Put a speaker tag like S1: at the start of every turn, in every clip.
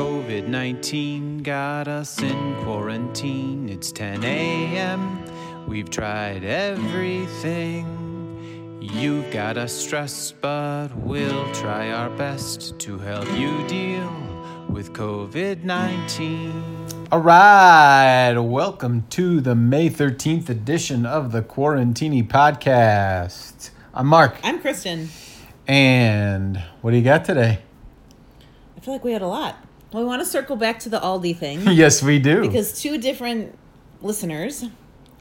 S1: COVID 19 got us in quarantine. It's 10 a.m. We've tried everything. You've got us stressed, but we'll try our best to help you deal with COVID 19. All right, welcome to the May 13th edition of the Quarantini Podcast. I'm Mark,
S2: I'm Kristen.
S1: and what do you got today?
S2: I feel like we had a lot. Well, we want to circle back to the Aldi thing
S1: yes, we do.
S2: because two different listeners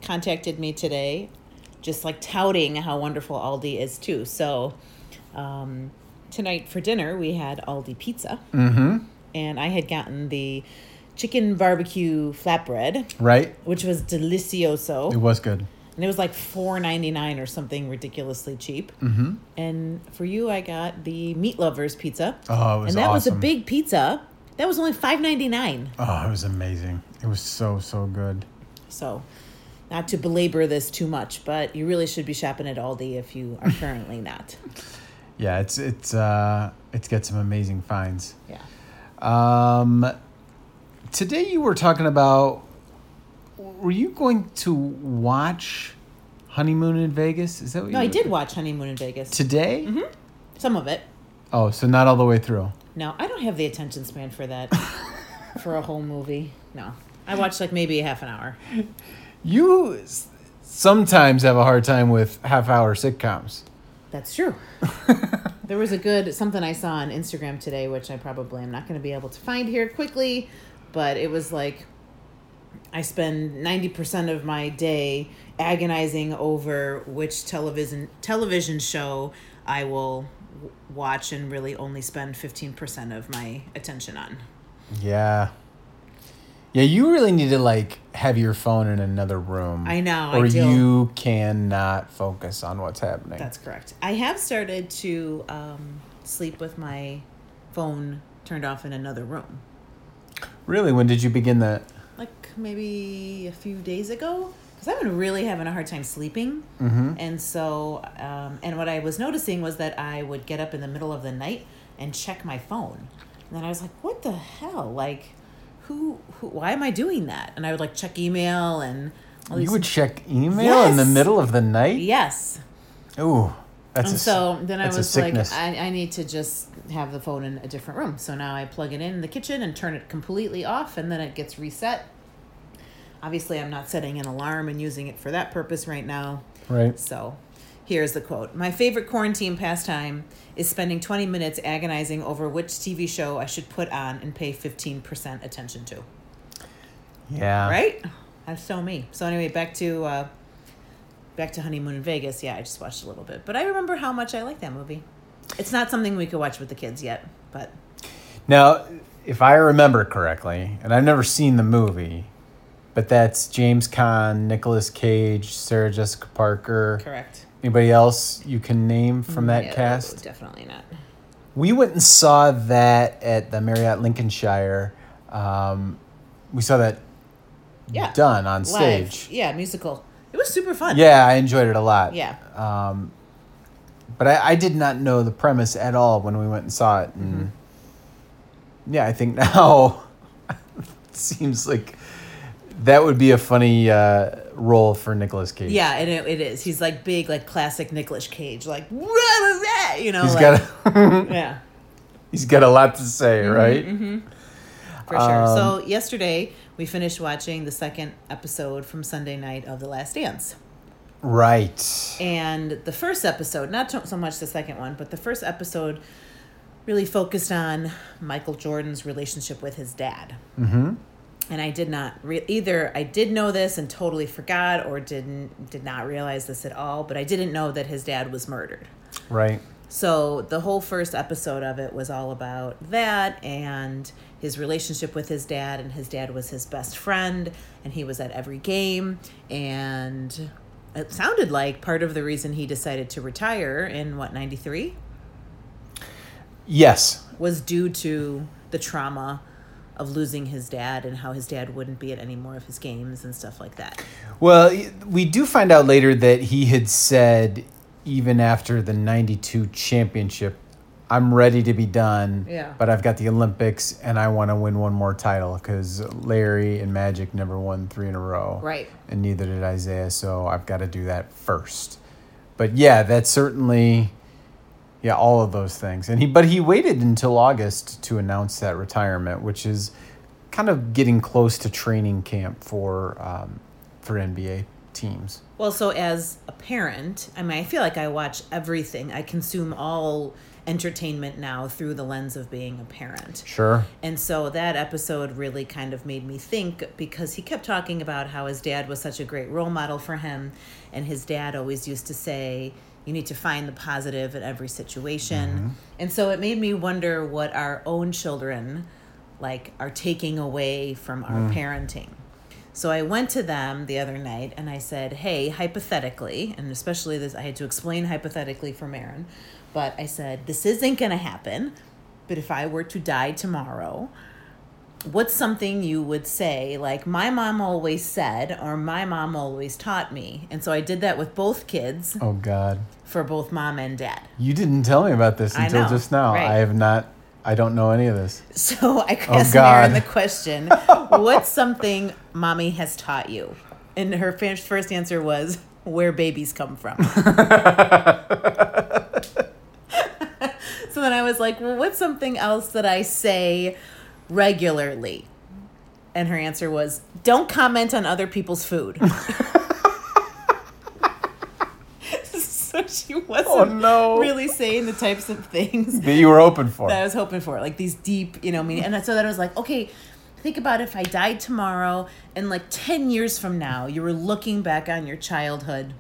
S2: contacted me today, just like touting how wonderful Aldi is too. So, um, tonight for dinner we had Aldi pizza, mm-hmm. and I had gotten the chicken barbecue flatbread,
S1: right?
S2: which was delicioso.
S1: It was good.
S2: and it was like four ninety nine or something ridiculously cheap. Mm-hmm. And for you, I got the meat lovers pizza.
S1: Oh, it was
S2: and that was a
S1: awesome.
S2: big pizza. That was only five ninety nine.
S1: Oh, it was amazing. It was so so good.
S2: So, not to belabor this too much, but you really should be shopping at Aldi if you are currently not.
S1: Yeah, it's it's uh it's got some amazing finds.
S2: Yeah.
S1: Um today you were talking about were you going to watch Honeymoon in Vegas? Is that what
S2: No,
S1: you
S2: I did Mm-hmm. watch Honeymoon in Vegas.
S1: Today?
S2: Some of it.
S1: Oh, so not all the way through.
S2: No, I don't have the attention span for that. for a whole movie. No. I watched like maybe half an hour.
S1: You s- sometimes have a hard time with half hour sitcoms.
S2: That's true. there was a good something I saw on Instagram today, which I probably am not going to be able to find here quickly, but it was like I spend ninety percent of my day agonizing over which television television show I will w- watch and really only spend fifteen percent of my attention on.
S1: Yeah. Yeah, you really need to like have your phone in another room.
S2: I know, I
S1: Or
S2: do.
S1: you cannot focus on what's happening.
S2: That's correct. I have started to um, sleep with my phone turned off in another room.
S1: really, when did you begin that?
S2: like maybe a few days ago because I've been really having a hard time sleeping. Mm-hmm. And so, um, and what I was noticing was that I would get up in the middle of the night and check my phone. And then I was like, what the hell? Like, who, who, why am I doing that? And I would like check email and all these.
S1: You would check email in the
S2: Yes.
S1: middle of the night?
S2: yes.
S1: Ooh, that's a,
S2: And
S1: s-
S2: so then I
S1: that's a
S2: was like,
S1: sickness.
S2: I, I need to just have the phone in a different room. So now I plug it in the kitchen and turn it completely off, and then it gets reset. Obviously, I'm not setting an alarm and using it for that purpose right now.
S1: right.
S2: So here's the quote My favorite quarantine pastime is spending 20 minutes agonizing over which TV show I should put on and pay 15% attention to.
S1: Yeah.
S2: Right? That's so me. So anyway, back to. Uh, Back to honeymoon in Vegas. Yeah, I just watched a little bit, but I remember how much I like that movie. It's not something we could watch with the kids yet, but
S1: Now, if I remember correctly, and I've never seen the movie, but that's James Caan, Nicolas Cage, Sarah Jessica Parker.
S2: correct
S1: Anybody else you can name from that
S2: No,
S1: cast?
S2: Definitely not.
S1: We went and saw that at the Marriott Lincolnshire. Um, we saw that
S2: Yeah,
S1: done on
S2: Live.
S1: stage.
S2: Yeah, musical. It was super fun.
S1: Yeah, I enjoyed it a lot.
S2: yeah.
S1: Um, but I, I did not know the premise at all when we went and saw it. And
S2: Mm-hmm.
S1: yeah, I think now it seems like that would be a funny uh, role for Nicolas Cage.
S2: Yeah, and it, it is. He's like big, like classic Nicolas Cage, like what was that? You know,
S1: He's
S2: like,
S1: got a,
S2: yeah,
S1: he's got a lot to say,
S2: Mm-hmm,
S1: right?
S2: for sure. So
S1: Um,
S2: yesterday we finished watching the second episode from Sunday night of The Last Dance,
S1: Right.
S2: and the first episode, not so so much the second one, but the first episode really focused on Michael Jordan's relationship with his dad. and I did not re- either. I did know this and totally forgot, or didn't did not realize this at all. But I didn't know that his dad was murdered.
S1: Right.
S2: So the whole first episode of it was all about that and his relationship with his dad, and his dad was his best friend, and he was at every game, and it sounded like part of the reason he decided to retire in what ninety three
S1: Yes.
S2: was due to the trauma of losing his dad and how his dad wouldn't be at any more of his games and stuff like that.
S1: Well, y- we do find out later that he had said, even after the 92 championship, I'm ready to be done.
S2: Yeah.
S1: But I've got the Olympics and I want to win one more title because Larry and Magic never won three in a row.
S2: Right.
S1: And neither did Isaiah. So I've got to do that first. But yeah, that's certainly, yeah, all of those things. And he, but he waited until August to announce that retirement, which is kind of getting close to training camp for, um, for NBA teams.
S2: Well, so as a parent, I mean, I feel like I watch everything. I consume all entertainment now through the lens of being a parent.
S1: Sure.
S2: And so that episode really kind of made me think because he kept talking about how his dad was such a great role model for him. And his dad always used to say, you need to find the positive in every situation. And so it made me wonder what our own children like are taking away from our parenting. So I went to them the other night and I said, "Hey, hypothetically, and especially this I had to explain hypothetically for Marin, but I said, this isn't going to happen, but if I were to die tomorrow, what's something you would say like my mom always said or my mom always taught me?" And so I did that with both kids
S1: Oh God.
S2: for both mom and dad.
S1: You didn't tell me about this
S2: I
S1: until
S2: know,
S1: just now.
S2: right.
S1: I have not. I don't know any of this.
S2: So I asked
S1: Oh, God.
S2: Maren the question, what's something mommy has taught you? And her fir- first answer was, where babies come from. so then I was like, well, what's something else that I say regularly? And her answer was, don't comment on other people's food. so she wasn't
S1: Oh, no.
S2: really saying the types of things
S1: That you were open for.
S2: that I was hoping for, like these deep, you know, meaning. And so that I was like, okay, think about if I died tomorrow and like 10 years from now, you were looking back on your childhood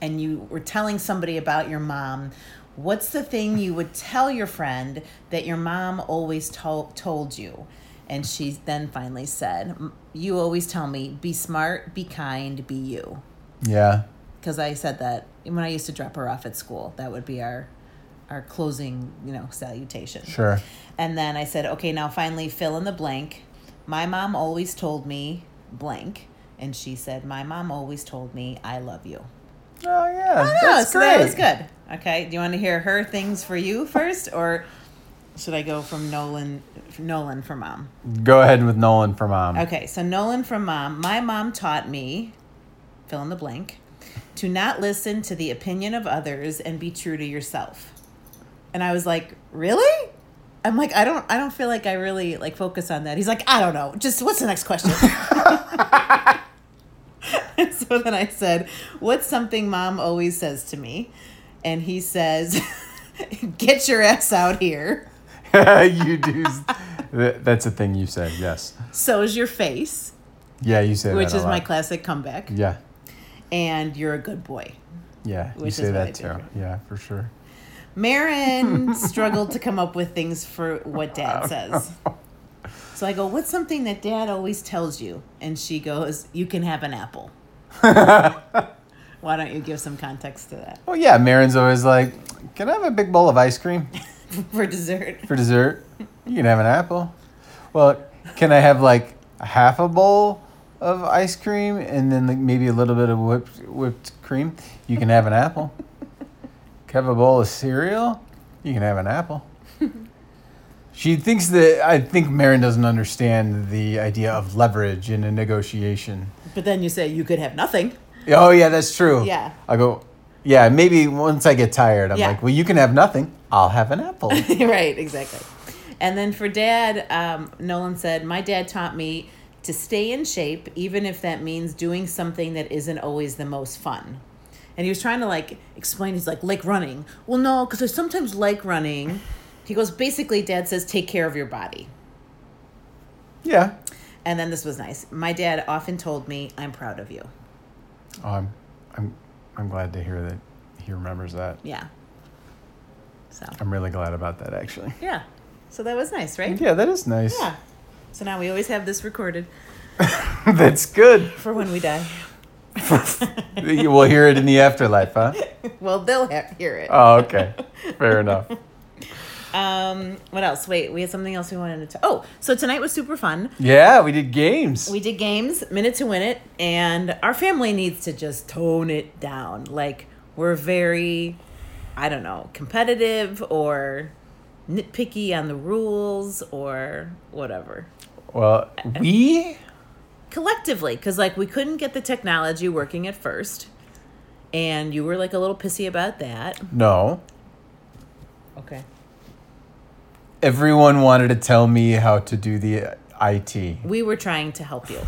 S2: and you were telling somebody about your mom. What's the thing you would tell your friend that your mom always told told you? And she then finally said, "M- "You always tell me be smart, be kind, be you."
S1: yeah.
S2: because I said that when I used to drop her off at school. That would be our our closing, you know, salutation.
S1: Sure.
S2: And then I said, okay, now finally fill in the blank. My mom always told me blank, and she said, my mom always told me I love you.
S1: Oh yeah.
S2: Oh,
S1: that's
S2: so that was
S1: great.
S2: good. Okay, do you want to hear her things for you first, or should I go from Nolan Nolan for mom?
S1: Go ahead with Nolan for mom.
S2: Okay, so Nolan from mom. My mom taught me, fill in the blank, to not listen to the opinion of others and be true to yourself. And I was like, really? I'm like, I don't, I don't feel like I really like focus on that. He's like, I don't know. Just what's the next question? And so then I said, What's something mom always says to me? And he says, Get your ass out here.
S1: you do. s- th- That's a thing you said. Yes.
S2: So is your face,
S1: Yeah, you say
S2: which
S1: that a
S2: is my
S1: lot.
S2: classic comeback.
S1: Yeah.
S2: And you're a good boy.
S1: Yeah.
S2: Which
S1: you say
S2: is what I
S1: that
S2: do.
S1: too. Yeah, for sure.
S2: Marin struggled to come up with things for what dad says. So I go, What's something that dad always tells you? And she goes, You can have an apple. Why don't you give some context to that
S1: Oh yeah, Marin's always like, "Can I have a big bowl of ice cream
S2: for dessert?
S1: for dessert? You can have an apple. Well, can I have like half a bowl of ice cream and then like maybe a little bit of whipped whipped cream? You can have an apple. Can I have a bowl of cereal? You can have an apple." She thinks that I think Marin doesn't understand the idea of leverage in a negotiation.
S2: But then you say, You could have nothing.
S1: Oh yeah, that's true.
S2: Yeah.
S1: I go, yeah. Maybe once I get tired, I'm
S2: Yeah.
S1: like, well, you can have nothing. I'll have an apple.
S2: right, exactly. And then for dad, um, Nolan said, My dad taught me to stay in shape, even if that means doing something that isn't always the most fun. And he was trying to like explain, he's like, like running. Well, no, because I sometimes like running. He goes, basically, dad says, take care of your body.
S1: yeah.
S2: And then this was nice. My dad often told me, I'm proud of you.
S1: Oh, I'm, I'm, I'm glad to hear that he remembers that.
S2: Yeah. So,
S1: I'm really glad about that actually.
S2: yeah. So that was nice, right?
S1: Yeah, that is nice.
S2: Yeah. So now we always have this recorded
S1: that's good.
S2: for when we die.
S1: you will hear it in the afterlife, huh?
S2: Well, they'll ha- hear it.
S1: Oh, okay. Fair enough.
S2: Um, what else? Wait, we had something else we wanted to. oh, so tonight was super fun.
S1: Yeah, we did games.
S2: We did games, minute to win it, and our family needs to just tone it down. Like we're very I don't know, competitive or nitpicky on the rules or whatever.
S1: Well, we
S2: Collectively, because like we couldn't get the technology working at first, and you were like a little pissy about that.
S1: no.
S2: Okay.
S1: Everyone wanted to tell me how to do the IT.
S2: We were trying to help you,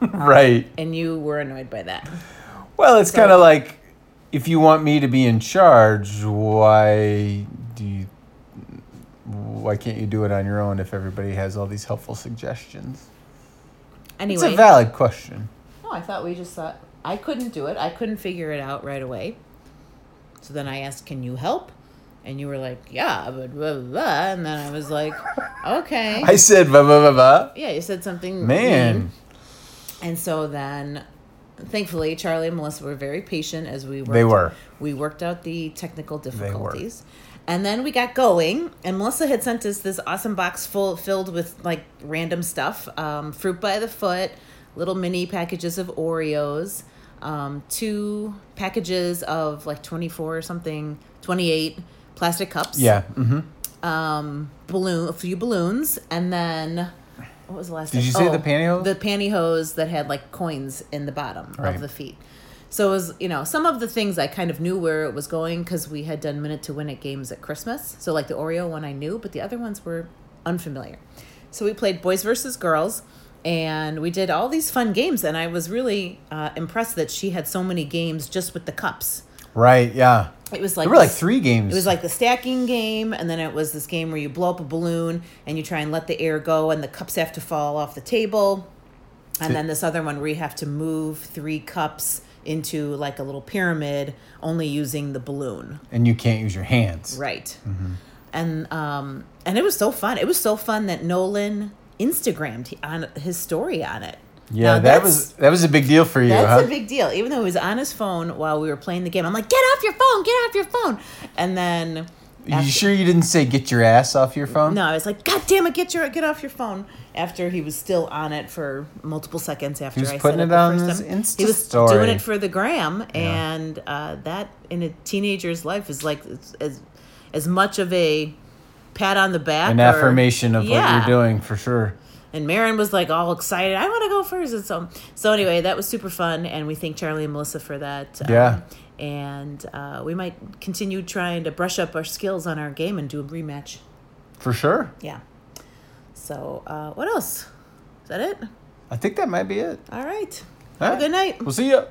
S1: Right.
S2: and you were annoyed by that.
S1: Well, it's kind of like if you want me to be in charge, why do you why can't you do it on your own if everybody has all these helpful suggestions? It's
S2: Anyway,
S1: a valid question.
S2: no, I thought we just thought I couldn't do it. I couldn't figure it out right away. So then I asked, "Can you help?" And you were like, "Yeah," but blah, blah, blah. and then I was like, "Okay."
S1: I said va va va va.
S2: Yeah, you said something. mean.
S1: Man.
S2: And so then, thankfully, Charlie and Melissa were very patient as we worked.
S1: They were.
S2: We worked out the technical difficulties. And then we got going, and Melissa had sent us this awesome box full filled with like random stuff, um, fruit by the foot, little mini packages of Oreos, um, two packages of like twenty four or something, twenty eight plastic cups
S1: Yeah. Mm-hmm.
S2: um balloon a few balloons and then what was the last
S1: Did
S2: thing? Oh,
S1: you say the pantyhose?
S2: the pantyhose that had like coins in the bottom
S1: Right.
S2: of the feet so it was you know some of the things i kind of knew where it was going because we had done minute to win at games at christmas so like the oreo one i knew but the other ones were unfamiliar so we played boys versus girls and we did all these fun games and i was really uh, impressed that she had so many games just with the cups
S1: Right. Yeah.
S2: it was like
S1: There were like
S2: this-
S1: three games.
S2: it was like the stacking game, and then it was this game where you blow up a balloon and you try and let the air go, and the cups have to fall off the table. And then this other one where you have to move three cups into like a little pyramid, only using the balloon.
S1: and you can't use your hands.
S2: Right.
S1: Mm-hmm.
S2: And um, and it was so fun. It was so fun that Nolan Instagrammed on his story on it.
S1: Yeah,
S2: Now,
S1: that
S2: that's-
S1: was that was a big deal for you,
S2: that's
S1: huh?
S2: a big deal. Even though he was on his phone while we were playing the game, I'm like, "Get off your phone! Get off your phone!" And then
S1: you sure you didn't say get your ass off your phone?
S2: No, I was like, God damn it, get your get off your phone. After he was still on it for multiple seconds after
S1: was
S2: I said
S1: putting
S2: it,
S1: it
S2: the
S1: on
S2: first
S1: his
S2: time.
S1: Insta
S2: He was
S1: story.
S2: doing it for the gram, and uh, that in a teenager's life is like it's- as as much of a pat on the back,
S1: An
S2: or-
S1: affirmation of what
S2: Yeah.
S1: you're doing for sure.
S2: And Marin was like all excited. I want to go first, and so so anyway, that was super fun, and we thank Charlie and Melissa for that. um,
S1: Yeah.
S2: and uh, we might continue trying to brush up our skills on our game and do a rematch.
S1: For sure.
S2: Yeah. So, uh, what else? Is that it?
S1: I think that might be it.
S2: All right.
S1: All
S2: Have
S1: right.
S2: a good night.
S1: We'll see you.